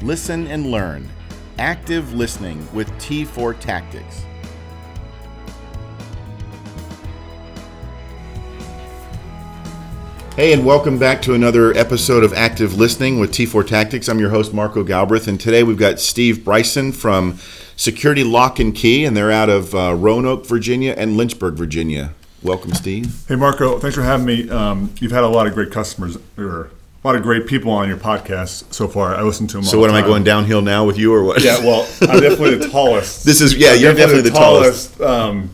listen, and learn. Active listening with T4 Tactics. Hey, and welcome back to another episode of Active Listening with T4 Tactics. I'm your host, Marco Galbraith, and today we've got Steve Bryson from Security Lock and Key, and they're out of uh, Roanoke, Virginia, and Lynchburg, Virginia. Welcome, Steve. Hey Marco, thanks for having me. Um, you've had a lot of great customers or a lot of great people on your podcast so far. I listen to them. So, all what the am I time. going downhill now with you, or what? Yeah, well, I'm definitely the tallest. This is- yeah, I'm you're definitely the tallest, um,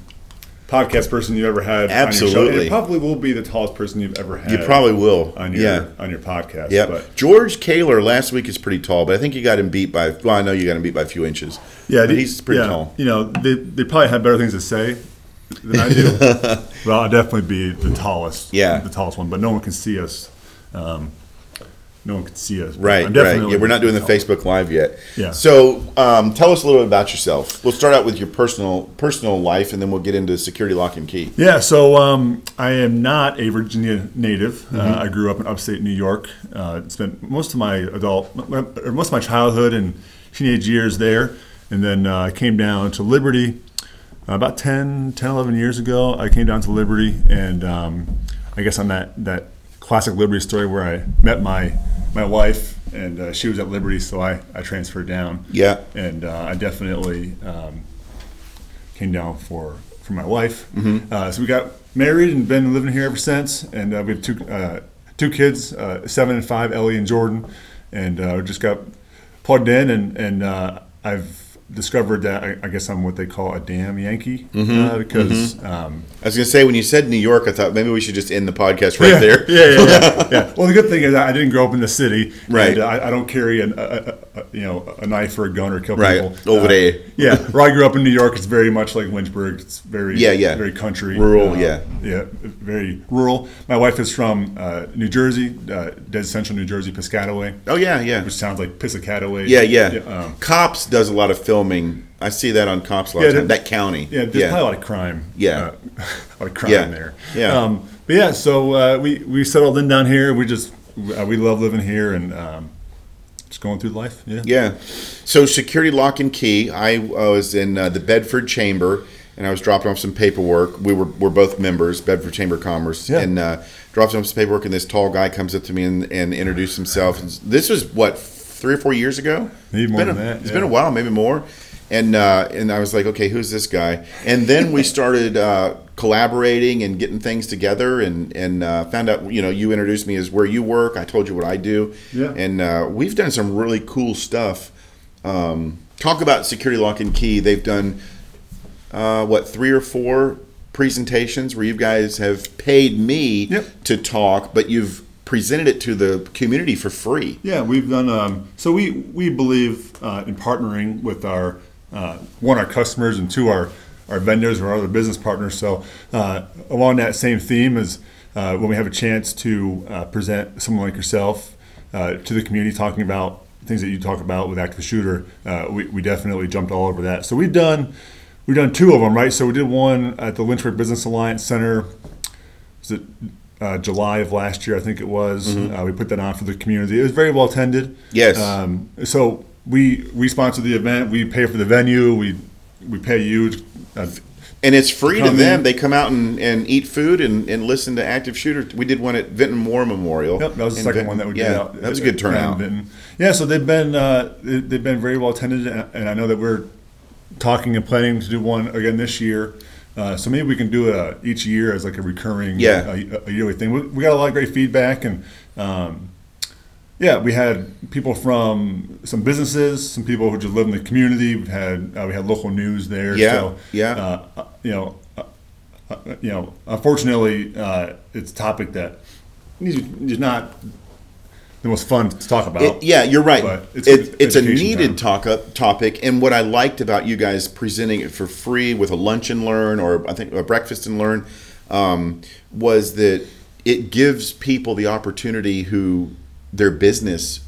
podcast person you ever had. on your show. Absolutely. And it probably will be the tallest person you've ever had. you probably will. on your yeah. on your podcast. Yeah, but George Kaler last week is pretty tall, but I think you got him beat by. Well, I know you got him beat by a few inches. yeah, but the- he's pretty yeah, tall. You know, they, they probably have better things to say than I do. but I'll definitely be the tallest. Yeah. the tallest one. But no one can see us. Um, no one can see us. but Right, I'm right. definitely Yeah, we're not doing the tallest. Facebook Live yet. Yeah. So, um, tell us a little bit about yourself. We'll start out with your personal personal life, and then we'll get into security lock and key. Yeah, so um, I am not a Virginia native. Uh, I grew up in upstate New York. Uh, spent most of my adult, m- m- or most of my childhood and teenage years there, and then uh, I came down to Liberty uh, about 10, 10, 11 years ago. I came down to Liberty, and um, I guess on that that classic Liberty story where I met my my wife, and uh, she was at Liberty, so I I transferred down Yeah. and uh, I definitely um, came down for for my wife. Uh, so we got married and been living here ever since, and uh, we have two uh, two kids, uh, seven and five, Ellie and Jordan, and uh, just got plugged in, and and uh, I've discovered that I, I guess I'm what they call a damn Yankee uh, because. Um, I was gonna say when you said New York, I thought maybe we should just end the podcast right yeah, there. Yeah, yeah, yeah, yeah. Well, the good thing is I didn't grow up in the city. Right. And, uh, I, I don't carry an, a, a, a, you know a knife or a gun or kill Right. people. Uh, Over there. Yeah. Where I grew up in New York, it's very much like Lynchburg. It's very Yeah, yeah. very country, Uh, Rural, yeah. yeah, very rural. My wife is from uh, New Jersey, uh, dead central New Jersey, Piscataway, Oh yeah, yeah, which sounds like Piscataway. yeah, yeah. um, Cops does a lot of filming. I see that on cops a lot Yeah, of time. there- That county. Yeah, there's probably a lot of crime. Yeah. uh, a lot of crime Yeah. there. Yeah. Um, but yeah, so uh, we we settled in down here. We just uh, we love living here and um, just going through life. Yeah. Yeah. So security lock and key. I was in uh, the Bedford Chamber, and I was dropping off some paperwork. We were we're both members, Bedford Chamber of Commerce, Yeah. and uh, dropped off some paperwork. And this tall guy comes up to me and, and introduced himself. And this was what three or four years ago. Maybe It's more been a- than that, It's been a yeah. while, maybe more. And uh, and I was like, okay, who's this guy? And then we started. Uh, collaborating and getting things together and and uh, found out you know you introduced me as where you work i told you what i do Yeah. and uh, we've done some really cool stuff. Um, talk about security lock and key. They've done uh, what three or four presentations where you guys have paid me Yep. to talk, but you've presented it to the community for free. Yeah, we've done. Um, so we we believe uh, in partnering with our uh, one our customers and two our our vendors or our other business partners. So uh, along that same theme is uh, when we have a chance to uh, present someone like yourself uh, to the community, talking about things that you talk about with active shooter. Uh, we we definitely jumped all over that. So we've done. We've done two of them, right? So we did one at the Lynchburg Business Alliance Center was it uh, July of last year? I think it was. Uh, we put that on for the community. It was very well attended. Yes. Um, so we we sponsor the event. We pay for the venue. We we pay you. To, uh, And it's free to Come them. in. They come out and, and eat food and, and listen to active shooter. We did one at Vinton War Memorial. yep, that was the In second Vin- one that we yeah, did. Out, That was a good down in turnout. Benton. Yeah. So they've been uh, they- they've been very well attended, and and I know that we're talking and planning to do one again this year. Uh, so maybe we can do it uh, each year as like a recurring, Yeah. uh, a yearly thing. We, we got a lot of great feedback, and um, Yeah, we had people from some businesses, some people who just live in the community. We've had uh, we had local news there. Yeah, so, yeah. Uh, uh, you know, uh, uh, you know. Unfortunately, uh, it's a topic that needs- is not the most fun to talk about. It- yeah, you're right. But It's, it's it, it's a education needed time. talk up topic, and what I liked about you guys presenting it for free with a lunch and learn, or I think a breakfast and learn, um, was that it gives people the opportunity who their business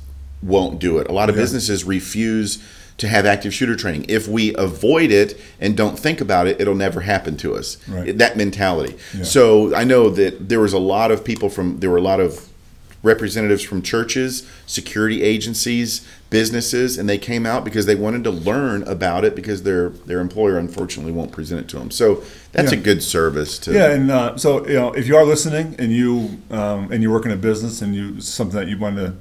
won't do it. A lot of businesses refuse to have active shooter training. If we avoid it and don't think about it, it'll never happen to us. Right. That mentality. So I know that there was a lot of people from there were a lot of representatives from churches, security agencies, businesses, and they came out because they wanted to learn about it because their their employer unfortunately won't present it to them. So that's a Yeah. good service to Yeah, and uh, so you know, if you are listening and you um, and you work in a business and you something that you want to,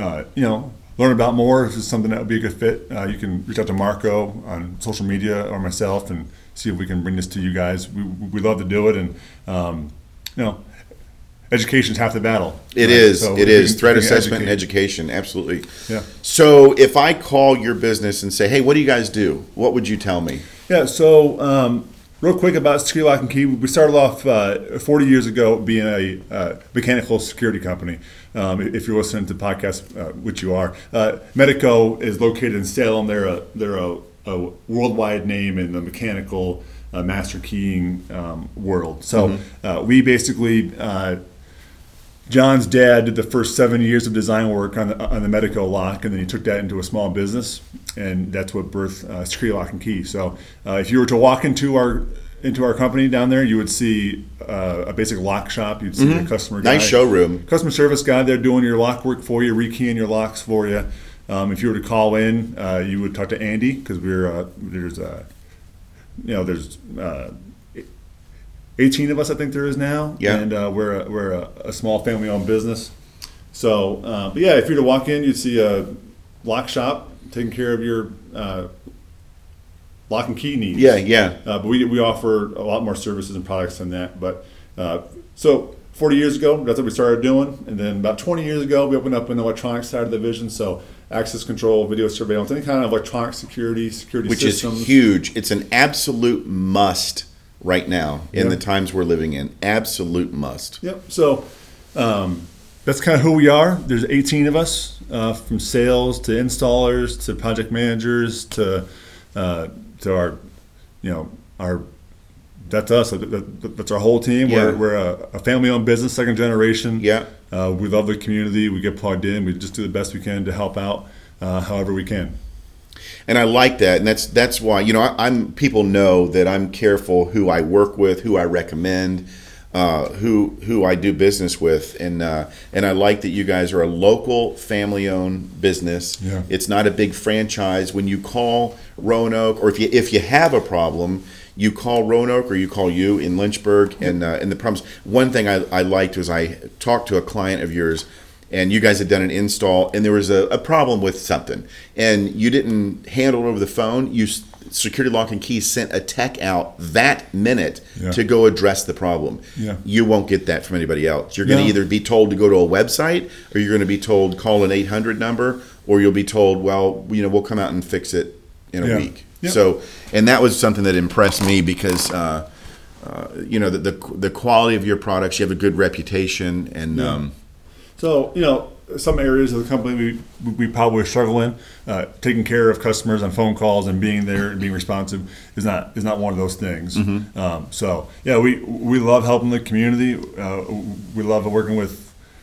uh, you know, learn about more, if it's something that would be a good fit, uh, you can reach out to Marco on social media or myself and see if we can bring this to you guys. We we love to do it, and um, you know, education's half the battle. It right? is. So it if we is can- threat we can assessment and educate- education. Absolutely. Yeah. So if I call your business and say, "Hey, what do you guys do?" What would you tell me? Yeah, so um, real quick about Security Lock and Key. We started off uh, 40 years ago being a uh, mechanical security company. Um, if you're listening to podcasts, uh, which you are, uh, Medico is located in Salem. They're a they're a, a worldwide name in the mechanical uh, master keying um, world. So uh, we basically. Uh, John's dad did the first seven years of design work on the, on the Medico lock, and then he took that into a small business, and that's what birthed uh, Security Lock and Key. So, uh, if you were to walk into our into our company down there, you would see uh, a basic lock shop. You'd see a customer Mm-hmm. Nice guy- showroom. customer service guy there doing your lock work for you, rekeying your locks for you. Um, if you were to call in, uh, you would talk to Andy because we're uh, there's uh, you know there's uh, 18 of us I think there is now. Yeah. and uh, we're a, we're a, a small family owned business. So, uh, but yeah, if you were to walk in, you'd see a lock shop taking care of your uh, lock and key needs. Yeah, yeah. Uh, but we, we offer a lot more services and products than that. But uh, so 40 years ago, that's what we started doing. And then about 20 years ago, we opened up an electronics side of the division. So access control, video surveillance, any kind of electronic security, security Which systems. is huge. It's an absolute must right now in Yeah. the times we're living in. Absolute must. Yep. So um, that's kind of who we are. There's 18 of us, uh, from sales to installers to project managers to uh, to our, you know, our that's us. That- that- That's our whole team. Yeah. We're, we're a, a family-owned business, second generation. Yeah. Uh, we love the community. We get plugged in. We just do the best we can to help out, uh, however we can. and I like that, and that's that's why you know I, I'm people know that I'm careful who I work with, who I recommend, uh, who who I do business with, and uh, and I like that you guys are a local family-owned business. Yeah. It's not a big franchise. When you call Roanoke, or if you if you have a problem, you call Roanoke or you call you in Lynchburg, and uh, and the problems. One thing I, I liked was I talked to a client of yours and you guys had done an install and there was a, a problem with something and you didn't handle it over the phone you s- security lock and key sent a tech out that minute Yeah. to go address the problem Yeah. you won't get that from anybody else you're going to No. either be told to go to a website or you're going to be told call an 800 number or you'll be told well you know we'll come out and fix it in a Yeah. week Yeah. so and that was something that impressed me because uh, uh, you know the, the the quality of your products you have a good reputation and um, So you know, some areas of the company we we probably struggle in. Uh, taking care of customers on phone calls and being there and being responsive is not is not one of those things. Um, so yeah, we we love helping the community. Uh, we love working with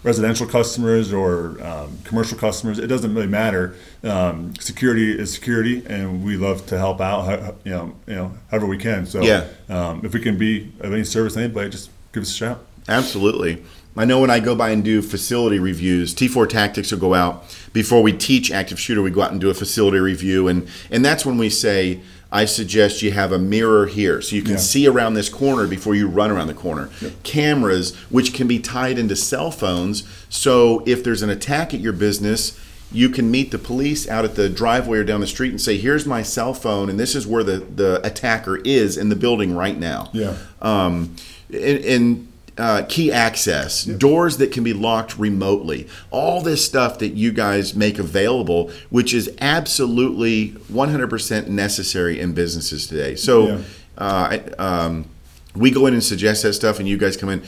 residential customers or um, commercial customers. It doesn't really matter. Um, security is security, and we love to help out. ho- ho- You know, you know, however we can. So Yeah. um, if we can be of any service to anybody, just give us a shout. Absolutely. I know when I go by and do facility reviews, T4 Tactics will go out before we teach active shooter. We go out and do a facility review, and and that's when we say I suggest you have a mirror here so you can Yeah. see around this corner before you run around the corner. Cameras, which can be tied into cell phones, so if there's an attack at your business. You can meet the police out at the driveway or down the street and say, "Here's my cell phone, and this is where the, the attacker is in the building right now." Yeah. um, and, and uh, key access, doors that can be locked remotely, all this stuff that you guys make available, which is absolutely 100% necessary in businesses today. So Yeah. uh, I- um, we go in and suggest that stuff, and you guys come in.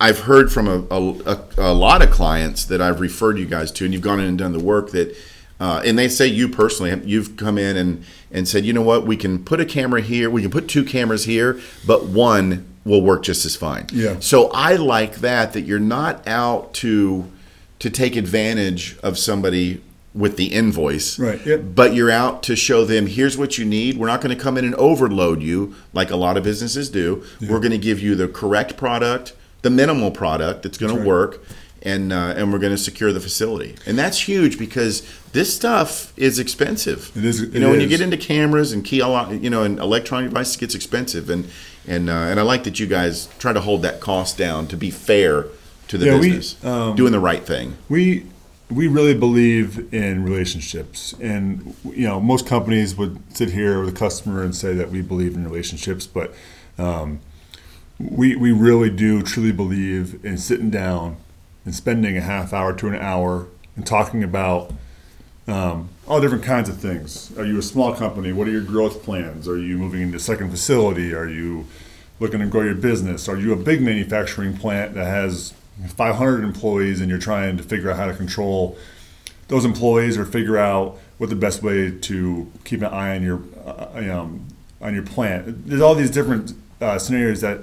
I've heard from a, a, a, a lot of clients that I've referred you guys to, and you've gone in and done the work that, uh, and they say you personally, you've come in and, and said, you know what, we can put a camera here, we can put two cameras here, but one will work just as fine. Yeah. So I like that, that you're not out to, to take advantage of somebody with the invoice. Right, yep. But you're out to show them here's what you need. We're not going to come in and overload you like a lot of businesses do. We're going to give you the correct product, the minimal product that's going to work, and uh, and we're going to secure the facility. And that's huge because this stuff is expensive. It is- You it know, when you is. get into cameras and key, a lot- you know, and electronic devices, it gets expensive. And and uh, and I like that you guys try to hold that cost down to be fair to the Yeah, we, um, business, doing the right thing. we we really believe in relationships and you know most companies would sit here with a customer and say that we believe in relationships but um, we we really do truly believe in sitting down and spending a half hour to an hour and talking about um, all different kinds of things. Are you a small company? What are your growth plans? Are you moving into a second facility? Are you looking to grow your business? Are you a big manufacturing plant that has 500 employees and you're trying to figure out how to control those employees or figure out what the best way to keep an eye on your uh, um, on your plant? There's all these different uh, scenarios that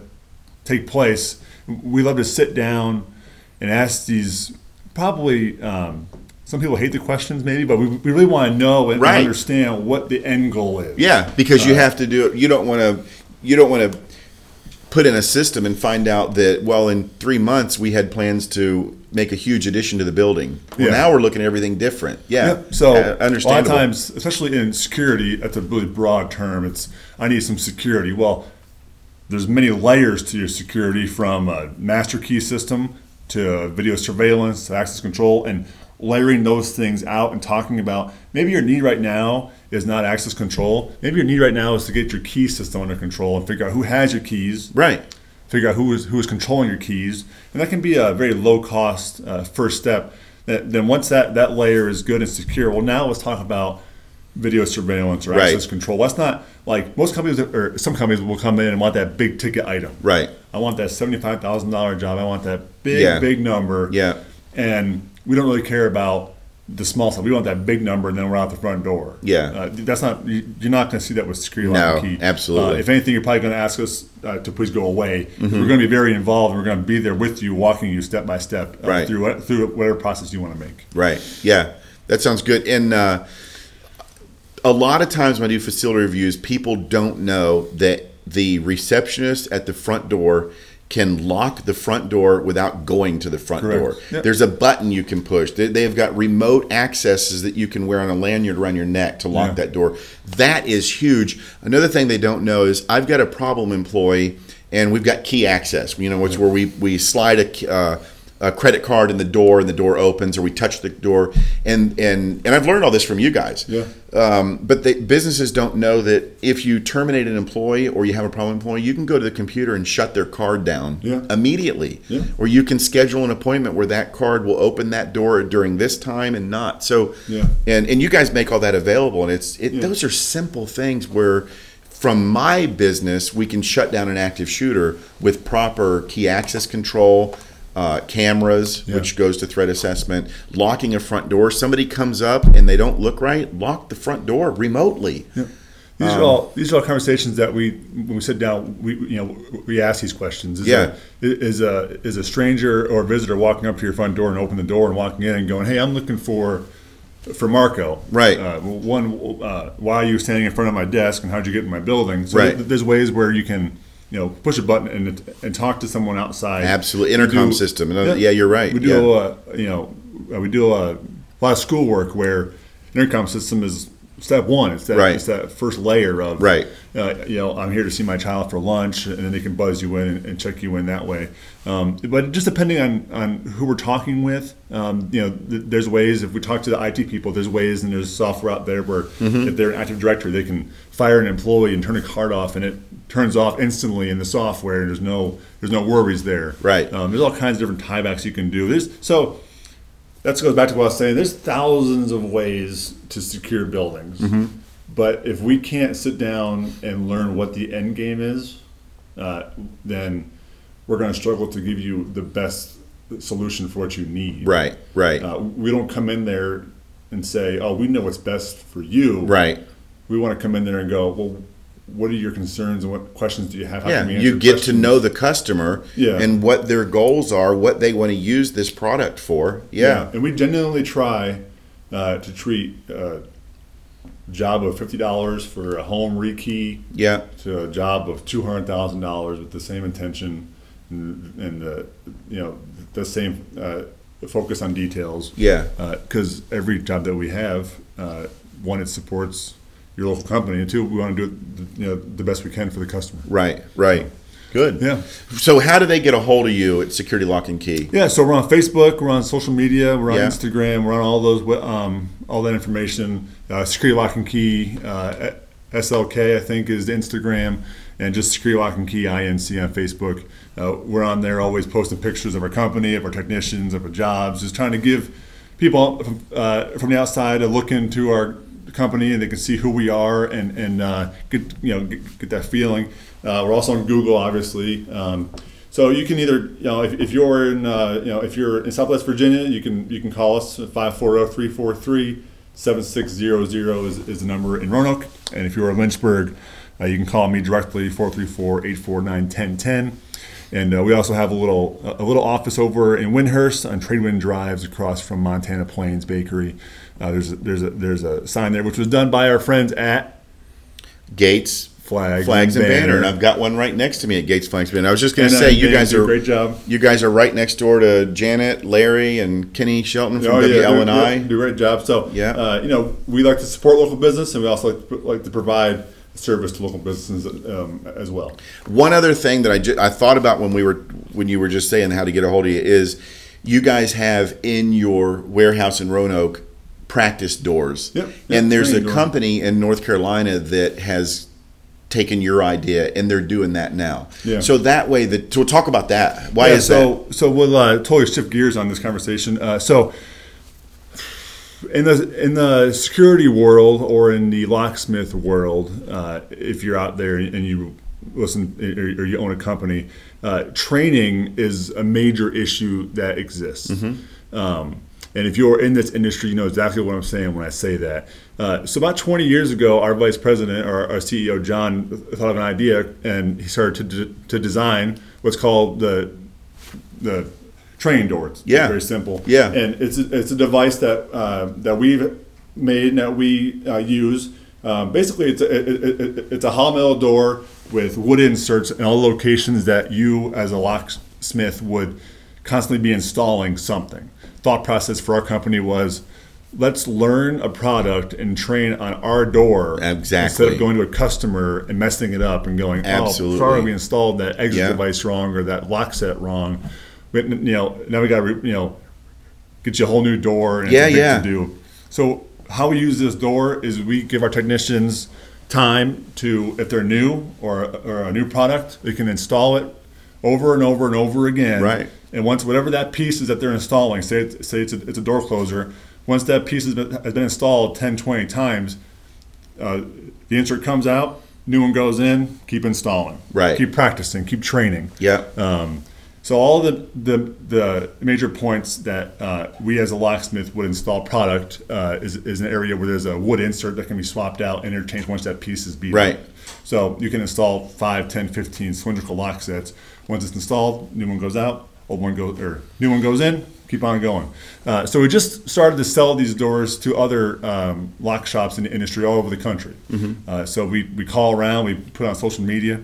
take place. We love to sit down and ask these probably. Um, some people hate the questions, maybe, but we, we really want to know and Right. understand what the end goal is. Yeah, because you have to do it. You don't want to. You don't want to put in a system and find out that well, in three months we had plans to make a huge addition to the building. Well, Yeah. now we're looking at everything different. Yeah. Yep. So uh, a lot of understandable. times, especially in security, that's a really broad term. It's I need some security. Well, there's many layers to your security from a master key system to video surveillance to access control and layering those things out and talking about maybe your need right now is not access control. Maybe your need right now is to get your key system under control and figure out who has your keys right. figure out who is who is controlling your keys, and that can be a very low cost uh, first step. That, then once that that layer is good and secure, well now let's talk about video surveillance or Right. access control. That's not like most companies or some companies will come in and want that big ticket item. Right. I want that seventy five thousand dollar job. I want that big Yeah. big number. Yeah. And we don't really care about the small stuff. We want that big number, and then we're out the front door. Yeah. Uh, that's not. you- You're not going to see that with security No, lock and key. absolutely. Uh, if anything, you're probably going to ask us uh, to please go away. We're going to be very involved, and we're going to be there with you, walking you step by step uh, Right. through what, through whatever process you want to make. Right. Yeah. That sounds good. And uh, a lot of times when I do facility reviews, people don't know that the receptionist at the front door can lock the front door without going to the front Correct. door. Yep. There's a button you can push. They- They've got remote accesses that you can wear on a lanyard around your neck to lock Yeah. that door. That is huge. Another thing they don't know is I've got a problem employee and we've got key access, you know, which where we, we slide a, uh, a credit card in the door and the door opens or we touch the door. And, and, and I've learned all this from you guys. Yeah. Um, but they, businesses don't know that if you terminate an employee or you have a problem employee, you can go to the computer and shut their card down Yeah. immediately. Yeah. Or you can schedule an appointment where that card will open that door during this time and not. So Yeah. and and you guys make all that available and it's it, those are simple things where from my business we can shut down an active shooter with proper key access control uh, cameras which goes to threat assessment locking a front door somebody comes up and they don't look right lock the front door remotely These Um, are all these are all conversations that we when we sit down we we, you know we ask these questions. Is Yeah. a, is a is a stranger or a visitor walking up to your front door and opening the door and walking in and going, hey, I'm looking for for Marco. Right. Uh, well, one, uh, why are you standing in front of my desk and how'd you get in my building? So Right. th- there's ways where you can you know push a button and and talk to someone outside. Absolutely. We Intercom system. Another- yeah, you're right. We do Yeah. uh, you know, uh, we do a lot of schoolwork where intercom system is step one. It's that, Right. it's that first layer of Right. Uh, you know, I'm here to see my child for lunch, and then they can buzz you in and, and check you in that way. Um, but just depending on on who we're talking with, um, you know, th- there's ways. If we talk to the IT people, there's ways, and there's software out there where if they're an active directory, they can fire an employee and turn a card off, and it turns off instantly in the software. And there's no there's no worries there. Right. Um, there's all kinds of different tiebacks you can do. There's so that goes back to what I was saying. There's thousands of ways to secure buildings, Mm-hmm. but if we can't sit down and learn what the end game is, uh, then we're going to struggle to give you the best solution for what you need. Right, right, Uh, we don't come in there and say, "Oh, we know what's best for you." right. We want to come in there and go, "Well, what are your concerns and what questions do you have?" How Yeah, can we you answer get to questions?" know the customer Yeah. and what their goals are, what they want to use this product for. Yeah. Yeah, and we genuinely try uh, to treat a job of fifty dollars for a home rekey yeah, to a job of two hundred thousand dollars with the same intention and, and the you know the same uh, focus on details. yeah, because every job that we have, uh, one it supports your local company, and two we want to do it th- you know the best we can for the customer. right, right. Good. Yeah. So, how do they get a hold of you at Security Lock and Key? Yeah, so we're on Facebook, we're on social media, we're on Yeah. Instagram, we're on all those, we- um, all that information. Uh, security Lock and Key, uh, SLK, I think, is the Instagram, and just Security Lock and Key INC on Facebook. Uh, we're on there always posting pictures of our company, of our technicians, of our jobs, just trying to give people from, uh, from the outside a look into our company and they can see who we are and and uh, get you know get, get that feeling. Uh, we're also on Google, obviously. Um, so you can either you know if, if you're in uh, you know if you're in Southwest Virginia, you can you can call us 540-343-7600 is, is the number in Roanoke, and if you're in Lynchburg, uh, you can call me directly 434-849-1010. And uh, we also have a little a little office over in Windhurst on Tradewind Drives across from Montana Plains Bakery. Uh, there's a, there's a there's a sign there which was done by our friends at Gates, Flags, flags, and banner. And And, I've got one right next to me at Gates Flags and Banner. I was just going to uh, say, you they guys do a are great job. you guys are right next door to Janet, Larry, and Kenny Shelton from do, WLNI. do a Oh, great job. So Yeah. uh, you know we like to support local business and we also like to, like to provide service to local businesses um, as well. One other thing that I ju- I thought about when we were when you were just saying how to get a hold of you is you guys have in your warehouse in Roanoke practice doors. Yep, yep, and there's a training door. company in North Carolina that has taken your idea and they're doing that now. Yeah. So that way that so we'll talk about that. Why Yeah, is that? so so we'll uh, totally shift gears on this conversation. Uh, so in the in the security world or in the locksmith world, uh, if you're out there and you listen or, or you own a company, uh, training is a major issue that exists. Um, and if you're in this industry, you know exactly what I'm saying when I say that. Uh, so about 20 years ago, our vice president or our CEO John thought of an idea, and he started to, de- to design what's called the the train doors. Yeah. very simple. Yeah. and it's a, it's a device that uh, that we've made and that we uh, use. Um, basically, it's a, it, it, it- it's a hallmetal door with wood inserts in all locations that you, as a locksmith, would constantly be installing something. Thought process for our company was. Let's learn a product and train on our door instead Exactly. of going to a customer and messing it up and going, Absolutely. "Oh, sorry, we installed that exit Yeah. device wrong or that lock set wrong. We, you know, now we got to you know get you a whole new door and Yeah, it's a big yeah. to do. So how we use this door is we give our technicians time to if they're new or, or a new product, they can install it over and over and over again. Right. And once whatever that piece is that they're installing, say it's, say it's a, it's a door closer, once that piece has been, has been installed 10, 20 times, uh, the insert comes out, new one goes in, keep installing. Right. Keep practicing, keep training. yeah. Um, so all the, the the major points that uh, we as a locksmith would install product uh, is, is an area where there's a wood insert that can be swapped out and interchanged once that piece is beat. Right. So you can install 5, 10, 15 cylindrical lock sets. Once it's installed, new one goes out, old one goes or new one goes in. Keep on going. Uh, so we just started to sell these doors to other um, lock shops in the industry all over the country. Uh, so we, we call around, we put on social media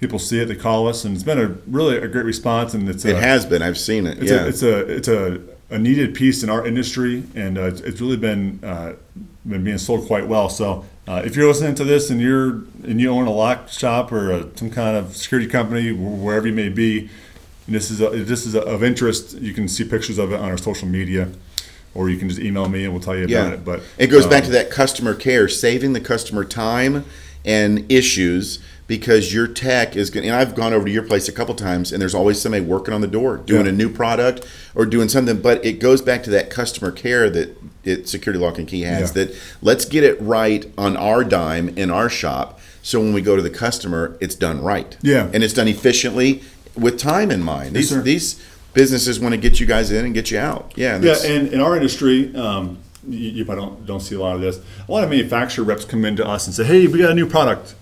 people see it, they call us, and it's been a really a great response. And it's uh, a, it has been. I've seen it. it's yeah. a it's a it's a, a needed piece in our industry, and uh, it's, it's really been uh, been being sold quite well. So. Uh, if you're listening to this and you're and you own a lock shop or a, some kind of security company, wh- wherever you may be, and this is a, if this is of interest. You can see pictures of it on our social media, or you can just email me and we'll tell you about yeah. it. But it goes um, back to that customer care, saving the customer time and issues because your tech is going. And I've gone over to your place a couple times, and there's always somebody working on the door, doing Yeah. a new product or doing something. But it goes back to that customer care that it Security Lock and Key has. Yeah. That let's get it right on our dime in our shop, so when we go to the customer, it's done right. Yeah. and it's done efficiently. with time in mind. Yes, These sir. these businesses want to get you guys in and get you out. Yeah. and Yeah, that's- and in our industry, um, you, you probably don't don't see a lot of this. A lot of manufacturer reps come into us and say, "Hey, we got a new product.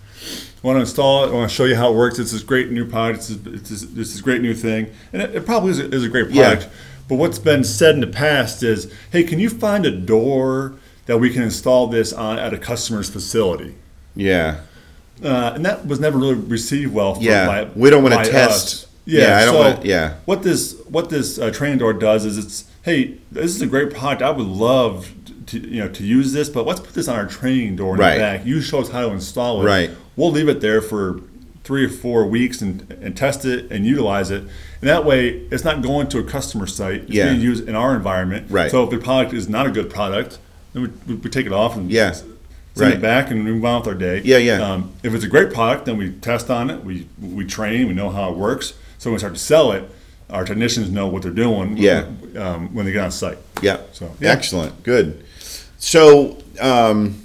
Want to install it? Want to show you how it works? It's this great new product. It's this, it's this, it's this great new thing, and it, it probably is a, is a great Yeah. product. But what's been said in the past is, "Hey, can you find a door that we can install this on at a customer's facility?" yeah. uh, and that was never really received well. For Yeah, by- we don't wanna by test. us. Yeah, Yeah, I don't so wanna- yeah. What this what this uh, training door does is it's hey, this is a great product. I would love to you know to use this, but let's put this on our training door in Right. the back. You show us how to install it. Right. We'll leave it there for three or four weeks and, and test it and utilize it. And that way, it's not going to a customer site. It's Yeah. being used in our environment. Right. So if the product is not a good product, then we, we take it off and Yeah. send Right. it back and move on with our day. Yeah, yeah. Um, if it's a great product, then we test on it, we we train, we know how it works. So when we start to sell it, our technicians know what they're doing. Yeah. Um, when they get on site. Yeah. So, yeah. Excellent. Good. So um,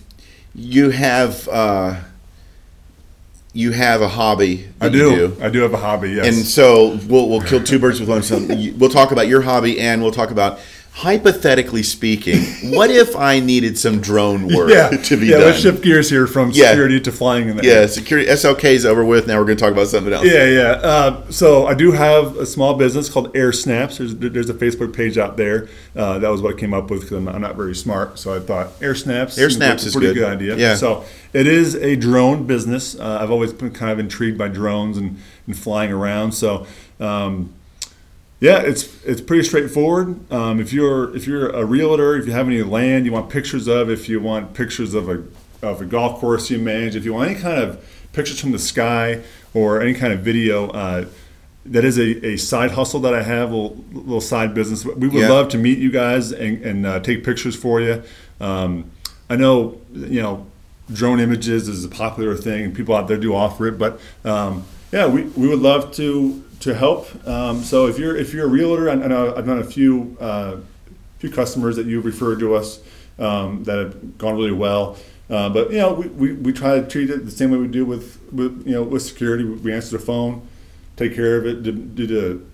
you have uh, you have a hobby. I that you do, I do have a hobby. Yes. And so we'll, we'll kill two birds with one stone. You- We'll talk about your hobby and we'll talk about, hypothetically speaking, what if I needed some drone work yeah. to be yeah. done? Let's shift gears here from Yeah. security to flying in the air. yeah, security SLK's over with. Now we're going to talk about something else. Yeah, yeah. Uh, so I do have a small business called Air Snaps. There's, there's a Facebook page out there. Uh, that was what I came up with because I'm, I'm not very smart. So I thought Air Snaps. Air seems Snaps like a is pretty good. good. idea. Yeah. So it is a drone business. Uh, I've always been kind of intrigued by drones and, and flying around. So. Um, yeah, it's it's pretty straightforward. Um, if you're if you're a realtor, if you have any land you want pictures of, if you want pictures of a of a golf course you manage, if you want any kind of pictures from the sky or any kind of video, uh, that is a, a side hustle that I have, a little, little side business. We would Yeah. love to meet you guys and, and uh, take pictures for you. Um, I know you know drone images is a popular thing, and people out there do offer it. But um, yeah, we, we would love to to help. Um, so if you're if you're a realtor, I, I know I've done a few uh, few customers that you referred to us um, that have gone really well. Uh, but you know, we, we, we try to treat it the same way we do with, with you know with security. We answer the phone, take care of it, do, do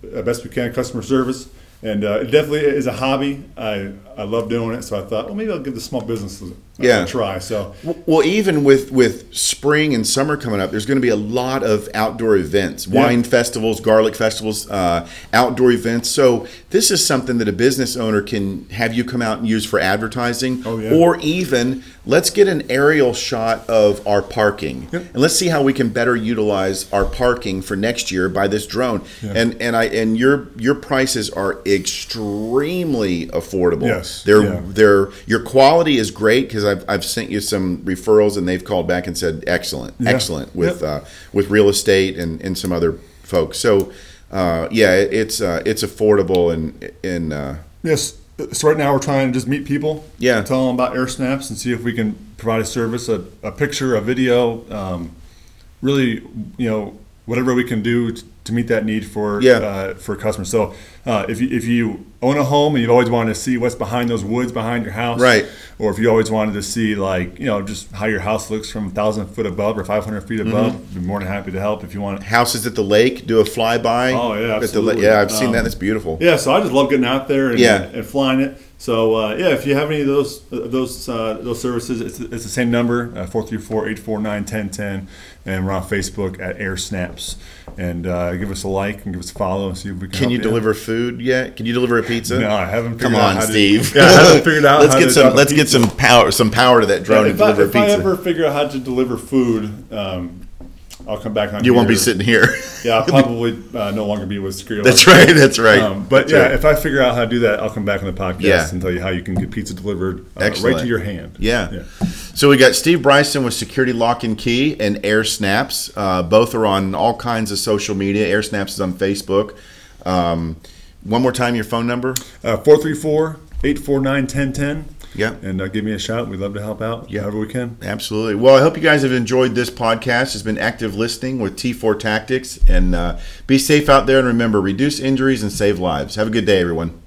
the uh, best we can customer service. And uh, it definitely is a hobby. I, I love doing it, so I thought, well, maybe I'll give the small business a, Yeah. a try. So Well, even with with spring and summer coming up, there's going to be a lot of outdoor events, wine festivals, garlic festivals, uh, outdoor events. So this is something that a business owner can have you come out and use for advertising, Oh, yeah. or even let's get an aerial shot of our parking, and let's see how we can better utilize our parking for next year by this drone. And and I and your your prices are extremely affordable. Yes, they're yeah. their your quality is great because I've, I've sent you some referrals and they've called back and said excellent excellent with uh, with real estate and, and some other folks so uh, yeah it, it's uh, it's affordable and and uh, Yes. So right now we're trying to just meet people. Yeah. Tell them about air snaps and see if we can provide a service, a, a picture, a video, um, really, you know, whatever we can do to, to meet that need for Yeah. uh, for customers. So uh, if you, if you own a home and you've always wanted to see what's behind those woods behind your house, Right. Or if you always wanted to see like you know just how your house looks from a thousand foot above or five hundred feet above, Mm-hmm. I'd be more than happy to help if you want. houses at the lake do a flyby Oh, yeah, at the lake absolutely. yeah I've seen that Um, that's beautiful Yeah, so I just love getting out there and, Yeah. and flying it. So uh, yeah, if you have any of those of those uh, those services, it's, it's the same number uh, 434-849-1010. and we're on Facebook at Air Snaps. And uh, give us a like and give us a follow and see if we can. can help you out. deliver food yet can you deliver a pizza No, I haven't. Figured come out on how to- Steve yeah, I haven't figured out. let's how get to some drop a let's get pizza. some power some power to that drone Yeah, and if I, deliver a if I pizza ever figure out how to deliver food, um, I'll come back on. you won't be here. sitting here Yeah, I'll probably uh, no longer be with security. that's right that's right Um, but That's yeah, right. if I figure out how to do that, I'll come back on the podcast Yeah. and tell you how you can get pizza delivered uh, right Excellent. to your hand. Yeah. So we got Steve Bryson with Security Lock and Key and Air Snaps. Uh, both are on all kinds of social media. Air Snaps is on Facebook. Um, one more time, your phone number. Uh, 434 849 1010. Yeah. And uh, give me a shout. We'd love to help out yeah. however we can. Absolutely. Well, I hope you guys have enjoyed this podcast. It's been active listening with T4 Tactics. And uh, be safe out there and remember reduce injuries and save lives. Have a good day, everyone.